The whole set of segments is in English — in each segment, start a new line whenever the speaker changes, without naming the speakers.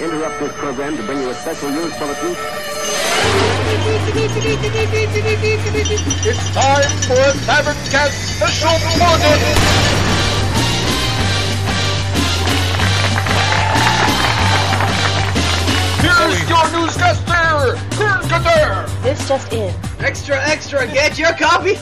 interrupt this program to bring you a special news bulletin.
It's time for a Cybercast special bulletin. Here's your newscaster, Kern Kader.
This just in.
Extra, extra, get your copy.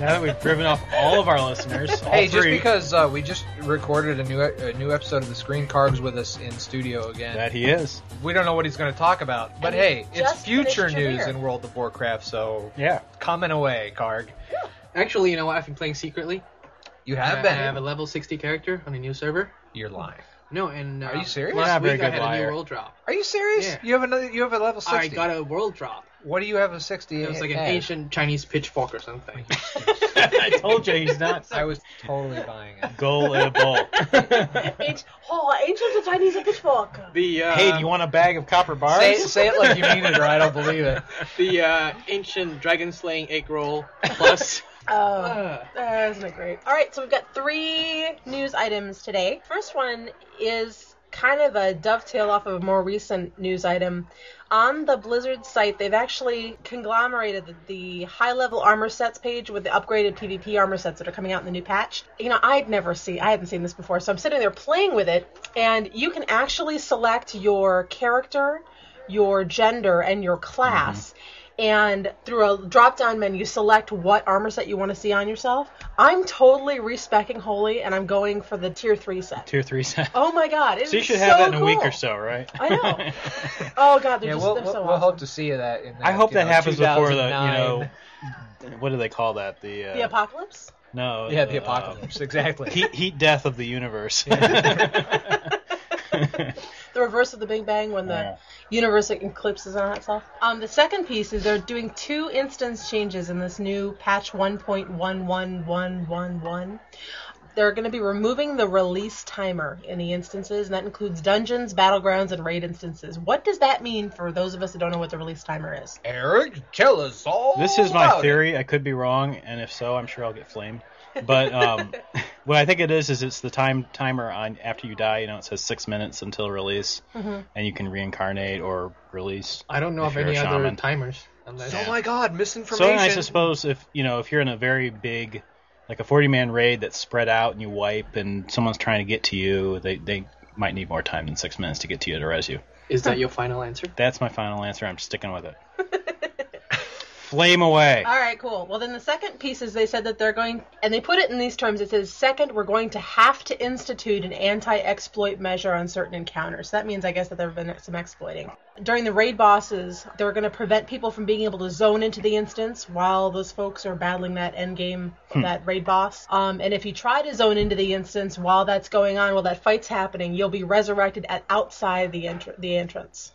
Now that we've driven off all of our listeners, all
Hey, just
three,
because uh, we just recorded a new a new episode of the Screen Carbs with us in studio again,
that he is.
we don't know what he's going to talk about. But hey, it's
just
future
finished your
news
beer.
in World of Warcraft, so
Yeah.
comment away, Karg.
Actually, you know what? I've been playing secretly.
You
I
have
I
been.
have a level 60 character on a new server.
You're lying.
No, and uh,
Are you serious?
Last
You're not a
week I
very good
had a
liar.
new world drop.
Are you serious?
Yeah.
You have another. You have a level sixty.
I got a world drop.
What do you have a sixty?
It was like an
at?
ancient Chinese pitchfork or something.
I told you he's not
I was totally buying it.
goal in a bowl.
It's, oh, Angels of Chinese and Pitchfork.
the uh,
hey, do you want a bag of copper bars?
Say, say it like you mean it, or I don't believe it.
the uh, ancient dragon slaying egg roll plus.
Oh,
Uh,
that isn't it great? All right, so we've got three news items today. First one is kind of a dovetail off of a more recent news item. On the Blizzard site, they've actually conglomerated the, the high-level armor sets page with the upgraded PvP armor sets that are coming out in the new patch. You know, I'd never see, I hadn't seen this before, so I'm sitting there playing with it, and you can actually select your character, your gender, and your class and through a drop down menu select what armor set you want to see on yourself. I'm totally respecking holy and I'm going for the tier three set.
Two or three cents.
Oh my god, it's
So you should have that in a
cool.
week or so, right?
I know. Oh god, they're
Yeah,
just
we'll,
they're
we'll,
so
we'll
awesome.
hope to see that. In that
I hope
you
that
know,
happens before the you
2009.
know what do they call that? The uh,
The apocalypse?
no,
Yeah, the
uh,
apocalypse. Exactly.
heat, heat death of the universe.
The reverse of the Big Bang when the
Yeah.
universe eclipses on itself. Um, the second piece is they're doing two instance changes in this new patch 1.11111. They're going to be removing the release timer in the instances, and that includes dungeons, battlegrounds, and raid instances. What does that mean for those of us that don't know what the release timer is?
Eric, tell us all.
This is my
about it.
theory. I could be wrong, and if so, I'm sure I'll get flamed. But um, what I think it is is it's the time timer on after you die. You know, it says six minutes until release, and you can reincarnate or release.
I don't know
If
of
you're
any
a
other
shaman.
timers. Unless
Yeah.
Oh my God,
So
misinformation.
I suppose if you know if you're in a very big, like a 40 man raid that's spread out and you wipe, and someone's trying to get to you, they they might need more time than six minutes to get to you to res you.
Is that your final answer?
That's my final answer. I'm sticking with it. Flame away.
All right, cool. Well, then the second piece is they said that they're going, and they put it in these terms. It says, second, we're going to have to institute an anti exploit measure on certain encounters. So that means, I guess, that there have been some exploiting. During the raid bosses, they're going to prevent people from being able to zone into the instance while those folks are battling that end game, that raid boss. Um, and if you try to zone into the instance while that's going on, while that fight's happening, you'll be resurrected at outside the, entr- the entrance.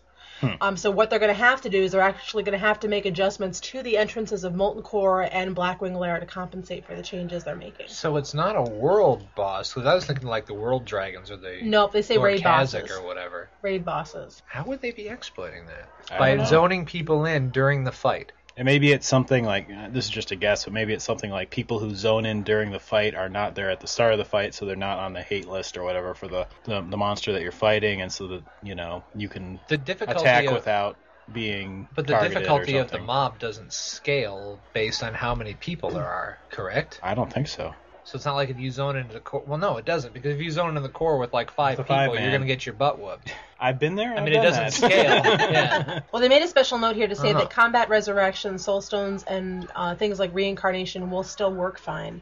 Um, so what they're going to have to do is they're actually going to have to make adjustments to the entrances of Molten Core and Blackwing Lair to compensate for the changes they're making.
So it's not a world boss because I was thinking like the world dragons or the
Nope, they say
or
raid
Kazakh
bosses.
or whatever.
Raid bosses.
How would they be exploiting that?
I
By
don't know.
zoning people in during the fight.
And maybe it's something like uh, this is just a guess, but maybe it's something like people who zone in during the fight are not there at the start of the fight, so they're not on the hate list or whatever for the the, the monster that you're fighting, and so that you know you can
The difficulty
attack
of,
without being
but the
targeted or
difficulty of the
something.
mob doesn't scale based on how many people there are, correct?
I don't think so.
So it's not like if you zone into the core. Well, no, it doesn't because if you zone into the core with like five
With a
people,
five
you're
man.
gonna get your butt whooped.
I've been there.
I
I've
mean, it
done
doesn't
that.
scale. yeah.
Well, they made a special note here to say
Uh-huh.
that combat resurrection, soulstones, and uh, things like reincarnation will still work fine,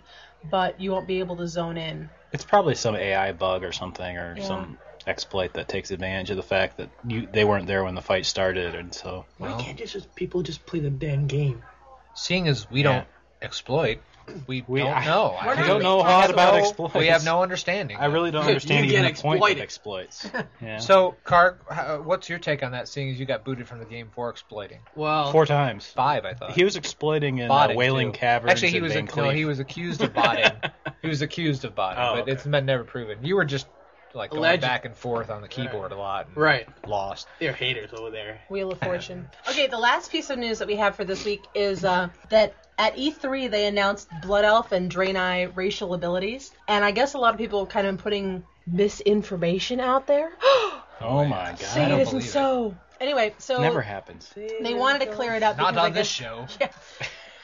but you won't be able to zone in.
It's probably some AI bug or something, or some exploit that takes advantage of the fact that you they weren't there when the fight started, and so
Why
Well,
can't just, just people just play the damn game?
seeing as we
Yeah.
don't exploit, we,
We-
don't
I-
know.
We're
I
not
don't know a lot about exploits.
We have no understanding.
I really don't understand
You
even the
get
point of exploits. Yeah.
So, Karg, how- what's your take on that? Seeing as you got booted from the game for exploiting
Well,
four times.
five, I thought
He was exploiting in uh,
Botting,
Wailing
too.
Caverns.
Actually, he
in
was
Van
no,
Cleef.
he was accused of botting. he was accused of botting,
Oh,
but
okay.
it's been never proven. You were just like going
Alleged.
back and forth on the keyboard a lot, and
Right.
Lost.
they're haters over there.
Wheel of Fortune. Okay, the last piece of news that we have for this week is uh, that at E3 they announced Blood Elf and Draenei racial abilities, and I guess a lot of people have kind of been putting misinformation out there.
Oh my god.
See,
I
it
don't
isn't
believe it.
so. Anyway, so
Never happens.
they wanted to clear it up.
Not
because I
on this
guess-
show.
Yeah.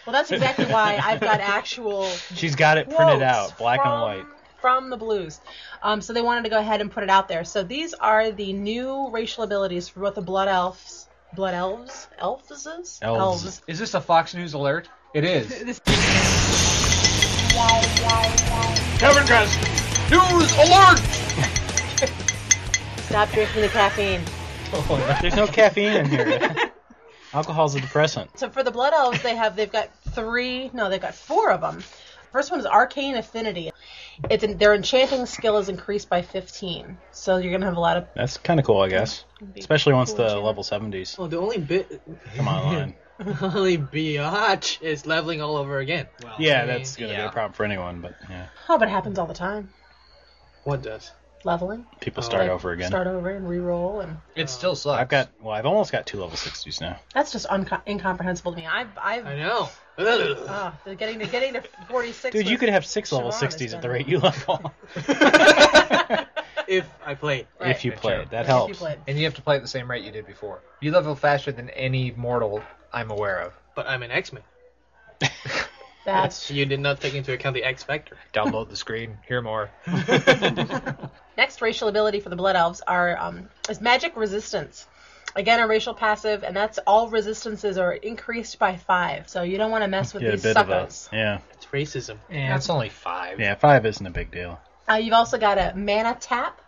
Well, that's exactly why I've got actual
She's got it printed
quotes
out, black
from,
and white.
from the blues. Um, so they wanted to go ahead and put it out there. So these are the new racial abilities for both the blood elves, blood elves, elves, elves.
Is this a Fox News alert? It is.
Tavern Cats News Alert!
Stop drinking the caffeine.
There's no caffeine in here. Alcohol's a depressant.
So for the blood elves, they have they've got three. No, they've got four of them. First one is arcane affinity. It's in, their enchanting skill is increased by 15. So you're gonna have a lot of
That's kind of cool, I guess. Especially once the
enchantment.
level 70s
Well, the only bit,
come online.
the only biatch is leveling all over again. Well,
Yeah, that's gonna be
yeah.
a problem for anyone. But yeah,
oh, but it happens all the time.
what does?
Leveling,
people start
Like,
over again.
start over and re-roll, and
It still sucks.
I've got well, I've almost got two level 60s now.
that's just unco- incomprehensible to me. I've I've
I know. Ugh.
Oh, the getting to getting to 46.
Dude, you
was-
could have six level
Siobhan is
60s at the
better.
rate you level
if I played.
Right.
if you
Good
play.
job.
That
If you
helps.
played.
And you have to play at the same rate you did before. You level faster than any mortal I'm aware of.
But I'm an X-Men.
That's
You did not take into account the X Factor.
Download the screen, hear more.
next racial ability for the blood elves are um, is magic resistance. Again, a racial passive, and that's all resistances are increased by five. So you don't want to mess with
Yeah, a
these
bit of a
suckers.
yeah,
It's racism.
That's only five.
yeah. Five isn't a big deal.
Uh, you've also got a mana tap,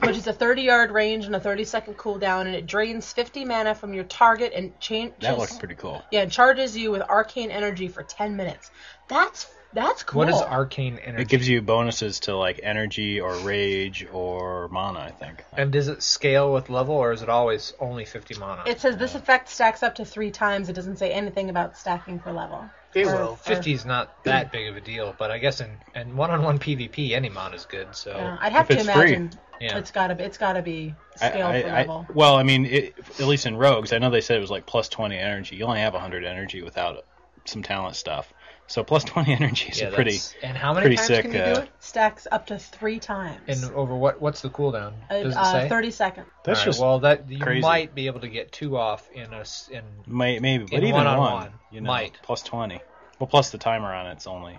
which is a 30 yard range and a 30 second cooldown, and it drains 50 mana from your target and changes.
That looks pretty cool.
Yeah, and charges you with arcane energy for 10 minutes. That's that's cool.
What is arcane energy?
It gives you bonuses to like energy or rage or mana. I think.
and does it scale with level, or is it always only 50 mana?
It says this effect stacks up to three times. It doesn't say anything about stacking per level.
They
Or-
will.
50 is not that big of a deal, but I guess in, in one-on-one PvP, any mana is good. So
Yeah, I'd have
if
to
it's free.
imagine
Yeah.
it's gotta be it's gotta be
I-
scale
I-
per
I-
level.
well, I mean, it, at least in Rogues, I know they said it was like plus 20 energy. You only have 100 energy without some talent stuff. So plus 20 energy is
yeah,
a pretty.
that's- And how many
pretty
times
sick,
can you
uh,
do it?
Stacks up to three times.
And over what? What's the cooldown?
Uh,
Does it
uh,
say?
Thirty seconds.
That's
All right,
just
well, that you
crazy.
might be able to get two off in a s- in.
may, maybe, but
in
even
one-on-one,
one, you know,
might.
plus 20. Well, plus the timer on it's only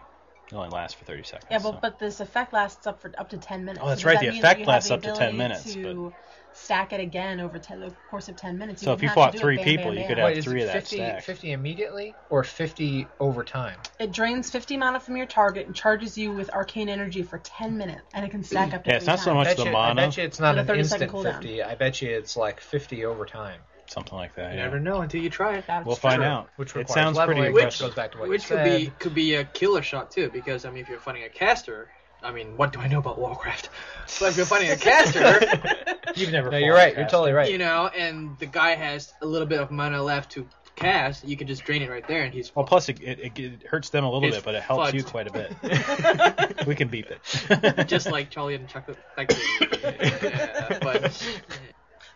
it only lasts for 30 seconds.
Yeah,
so.
but, but this effect lasts up for up to ten minutes.
Oh, that's
Does
right,
that
the
mean that
effect
you have
lasts
the
up to 10
ability
minutes,
To stack it again over ten, the course of ten minutes.
So if
can
you
have
fought
to do it
three
bam,
people,
bam,
you
bam.
could have-
Wait, is
three
it
of that
50,
stack.
50 immediately or 50 over time?
It drains fifty mana from your target and charges you with arcane energy for ten minutes, and it can stack up to.
Yeah, it's
three
not so
times.
much
I bet
the
you-
mana?
I bet you it's not
With a
an
30 second
instant
cooldown.
50. I bet you it's like 50 over time,
something like that.
You
yeah.
never know until you try it.
That's
We'll find
true.
out.
which
it
requires
sounds
leveling,
pretty
which
impressive.
goes back to what
Which
you
could
said.
be could be a killer shot too, because I mean, if you're fighting a caster, I mean, what do I know about Warcraft? But if you're fighting a caster,
You've never.
No,
fought
you're right. You're
fast.
totally right.
you know, and the guy has a little bit of mana left to cast, you can just drain it right there, and he's
Well, plus it, it, it, it hurts them a little
It's
bit, but it helps
fudged.
you quite a bit. we can beep it.
just like Charlie and Chocolate Factory. yeah, but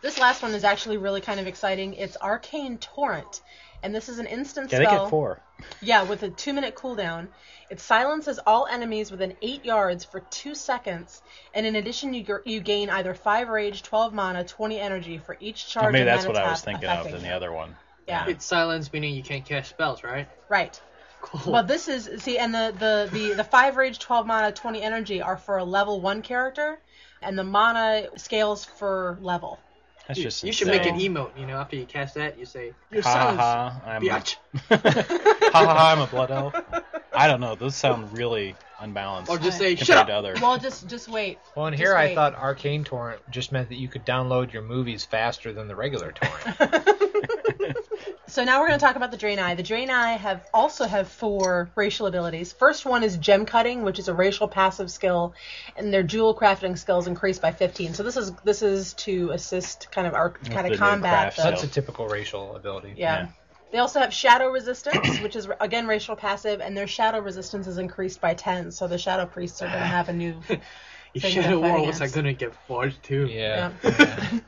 This last one is actually really kind of exciting. It's Arcane Torrent. And this is an instant
yeah, they
spell.
get four.
Yeah, with a two minute cooldown. It silences all enemies within eight yards for two seconds. And in addition, you, gr- you gain either 5 rage, 12 mana, 20 energy for each charge.
Or maybe
and
that's
mana
what I was
tap
thinking of
affecting
than the
you.
other one.
Yeah,
it's silence, meaning you can't cast spells, right?
right.
Cool.
Well, this is see, and the the the the five rage, twelve mana, twenty energy are for a level one character, and the mana scales for level.
That's
you,
just
you should
insane.
make an emote. You know, after you cast that, you say, "You're
Ha
silenced,
ha, I'm a, ha
biatch,"
ha ha, I'm a blood elf. I don't know. Those sound really unbalanced
or just say,
compared
"Shut
to
up."
others.
Well, just just wait.
Well, and
Just
here I
wait.
thought Arcane Torrent just meant that you could download your movies faster than the regular torrent.
So now we're going to talk about the Draenei. The Draenei have also have four racial abilities. First one is gem cutting, which is a racial passive skill, and their jewel crafting skills increased by 15. So this is this is to assist kind of our kind
the new
of combat.
craft
the-
skill.
That's a typical racial ability.
yeah.
Yeah.
They also have shadow resistance, which is again racial passive, and their shadow resistance is increased by 10. So the shadow priests are going to
Ah.
have a new.
You
thing
Shadow
they're
War
fighting
was like
against.
gonna get forged too.
Yeah.
Yeah.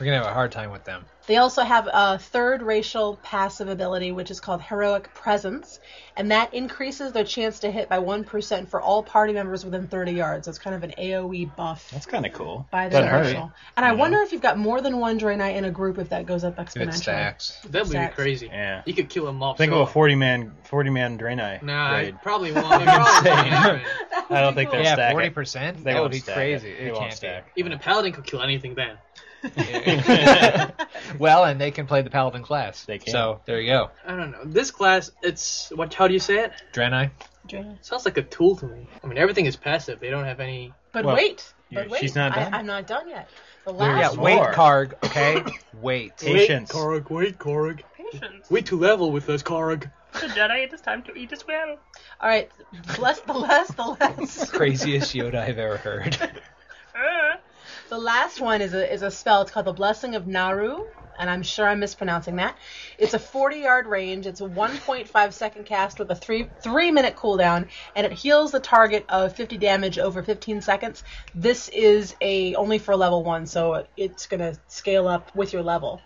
We're gonna have a hard time with them.
They also have a third racial passive ability, which is called Heroic Presence, and that increases their chance to hit by 1% for all party members within 30 yards. So it's kind of an AoE buff
That's kind of cool.
by their
Doesn't hurt.
racial. And I wonder if you've got more than one Draenei in a group if that goes up
If it
exponentially.
stacks.
That would be
Stacks.
crazy.
Yeah.
You could kill them all.
Think
so-
of a forty man forty man Draenei
Nah, I
raid.
probably won't. It probably won't
Insane.
happen.
I don't think they'll
Yeah,
stack
forty
it.
percent.
They
That would
won't
be
stack
crazy.
It,
It,
They won't
can't
stack.
Even a paladin could kill anything then.
be. Well, and they can play the paladin class.
They can.
So there you go.
I don't know. This class, it's what? How do you say it?
Draenei.
Draenei.
Sounds like a tool to me. I mean, everything is passive. They don't have any.
But
Well,
wait, but
you-
wait,
she's not done.
I, I'm not done yet. The
There-
last
Yeah,
There's
wait,
more.
Karg. Okay, wait.
Patience.
Wait, Korg. Wait, Korg.
Patience.
Wait to level with us, Korg.
The Jedi, it is time to eat as well.
All right, bless the last, the last.
Craziest Yoda I've ever heard.
Uh,
The last one is a is a spell. It's called the Blessing of Naru, and I'm sure I'm mispronouncing that. It's a 40 yard range. It's a 1.5 second cast with a three three minute cooldown, and it heals the target of 50 damage over 15 seconds. This is a only for level one, so it's gonna scale up with your level.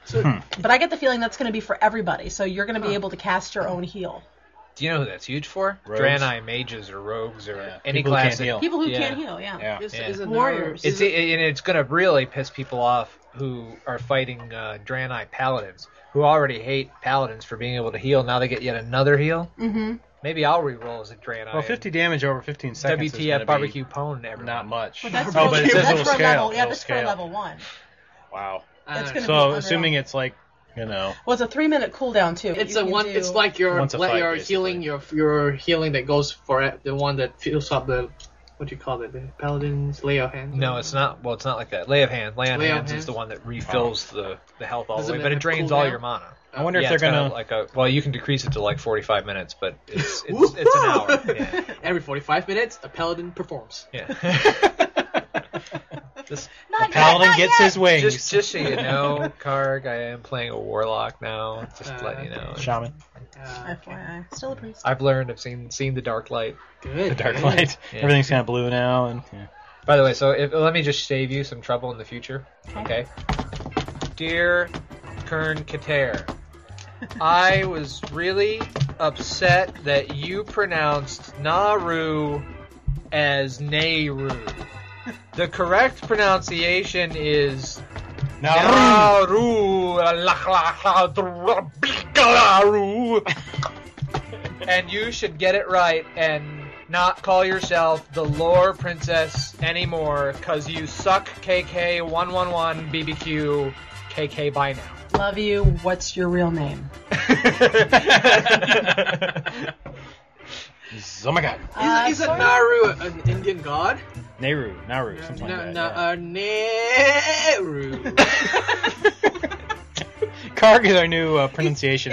But I get the feeling that's gonna be for everybody. So you're gonna be able to cast your own heal.
Do you know who that's huge for?
Rogues.
Draenei mages or rogues or
Yeah,
any
people who
class.
can't
that-
heal.
People who
Yeah.
can't heal, yeah.
Yeah.
This
Yeah.
isn't
Warriors.
our-
It's and it's gonna really piss people off who are fighting uh, Draenei paladins who already hate paladins for being able to heal. Now they get yet another heal.
Mm-hmm.
Maybe I'll re-roll as a Draenei.
Well, fifty damage over fifteen seconds. is gonna
WTF
be
barbecue pone everyone.
Not much.
But that's,
oh, but
for,
it says
that's
it'll
for
scale.
level. Yeah,
it'll
that's
scale.
for level one.
Wow.
I
It's
don't know.
be
So
unreal.
assuming it's like you know
Well, it's a three minute cooldown too.
It's
You
a
can
one.
do-
It's like your
Once a
like
fight,
your
basically.
healing, your your healing that goes for it, the one that fills up the what do you call it, the paladin's lay of hand.
No, it's not. Well, it's not like that. Lay of hand. Lay on
Lay of
hands
hand.
is the one that refills the, the health all
Does
the
it
way, but it
have
drains
cooldown?
all your mana.
I wonder
Yeah,
if
it's
they're
kinda
gonna
like a well, you can decrease it to like forty five minutes, but it's it's, it's an hour. Yeah.
Every forty-five minutes, a paladin performs.
yeah.
Not
paladin gets his wings.
just just so you know, Karg, I am playing a warlock now. Just to let you know.
shaman,
Uh,
FYI, still a priest.
I've learned. I've seen seen the dark light.
good.
the dark
good.
light.
Yeah.
Everything's kind of blue now, and yeah.
By the way, so if, let me just save you some trouble in the future. Okay. Dear Kern Kater, I was really upset that you pronounced Naru as Nehru. The correct pronunciation is
now
Naru. and you should get it right and not call yourself the lore princess anymore because you suck KK111 BBQ KK by now.
Love you. What's your real name?
oh my god,
Uh,
Is, is
sorry.
a Naru an Indian god?
Nehru, Naru, something
Na-
like
na-
that.
uh, Nehru.
yeah. Karg is our new uh, pronunciation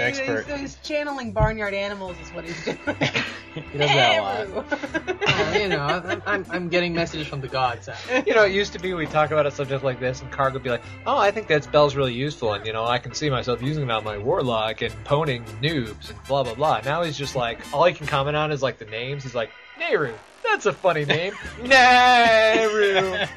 He's- he's-
expert.
He's, channeling barnyard animals, is what he's doing.
He does that a lot.
Uh, you know, I'm, I'm, I'm getting messages from the gods. uh,
You know, it used to be we talk about a subject like this, and Karg would be like, "Oh, I think that spell's really useful, and you know, I can see myself using it on my warlock and poning noobs and blah blah blah." Now he's just like, all he can comment on is like the names. He's like, "Nehru, that's a funny name, Nehru."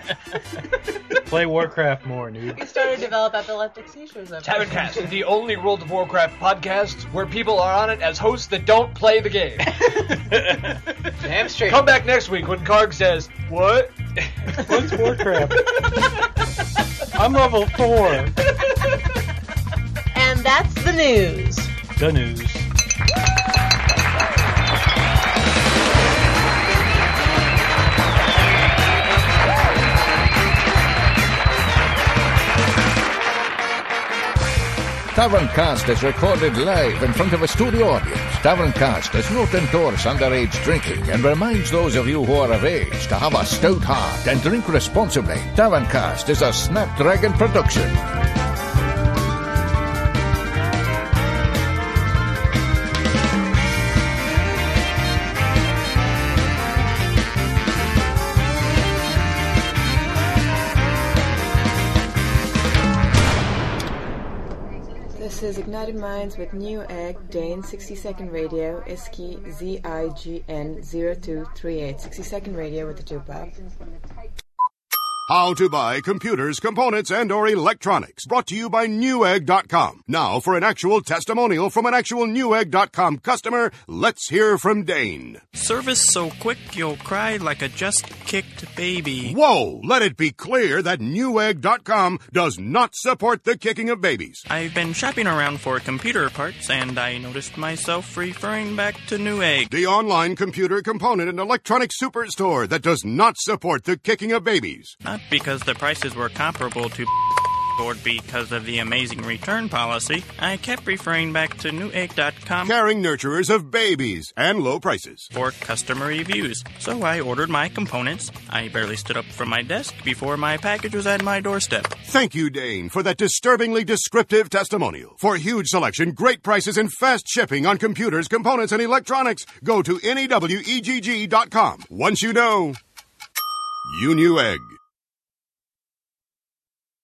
Play Warcraft more, dude.
he started to develop epileptic seizures. Over
Taverncast, the only World of Warcraft podcast where people are on it as hosts that don't play the game.
Damn straight.
Come back next week when Karg says, "What?"
What's Warcraft? I'm level four.
And that's the news.
The news.
Taverncast is recorded live in front of a studio audience. Taverncast does not endorse underage drinking and reminds those of you who are of age to have a stout heart and drink responsibly. Taverncast is a Snapdragon production.
This is Ignited Minds with New Egg, Dane, 60 Second Radio, ISKI, ZIGN 0238, 60 Second Radio with the 2 pop.
How to buy computers, components, and or electronics. Brought to you by Newegg.com. Now for an actual testimonial from an actual Newegg.com customer, let's hear from Dane.
Service so quick you'll cry like a just kicked baby.
Whoa! Let it be clear that Newegg.com does not support the kicking of babies.
I've been shopping around for computer parts and I noticed myself referring back to Newegg.
The online computer component and electronic superstore that does not support the kicking of babies.
Not because the prices were comparable to or because of the amazing return policy, I kept referring back to Newegg.com
Caring nurturers of babies and low prices.
for customer reviews. So I ordered my components. I barely stood up from my desk before my package was at my doorstep.
Thank you, Dane, for that disturbingly descriptive testimonial. For a huge selection, great prices, and fast shipping on computers, components, and electronics, E go to NEWEGG.com. Once you know, you knew egg.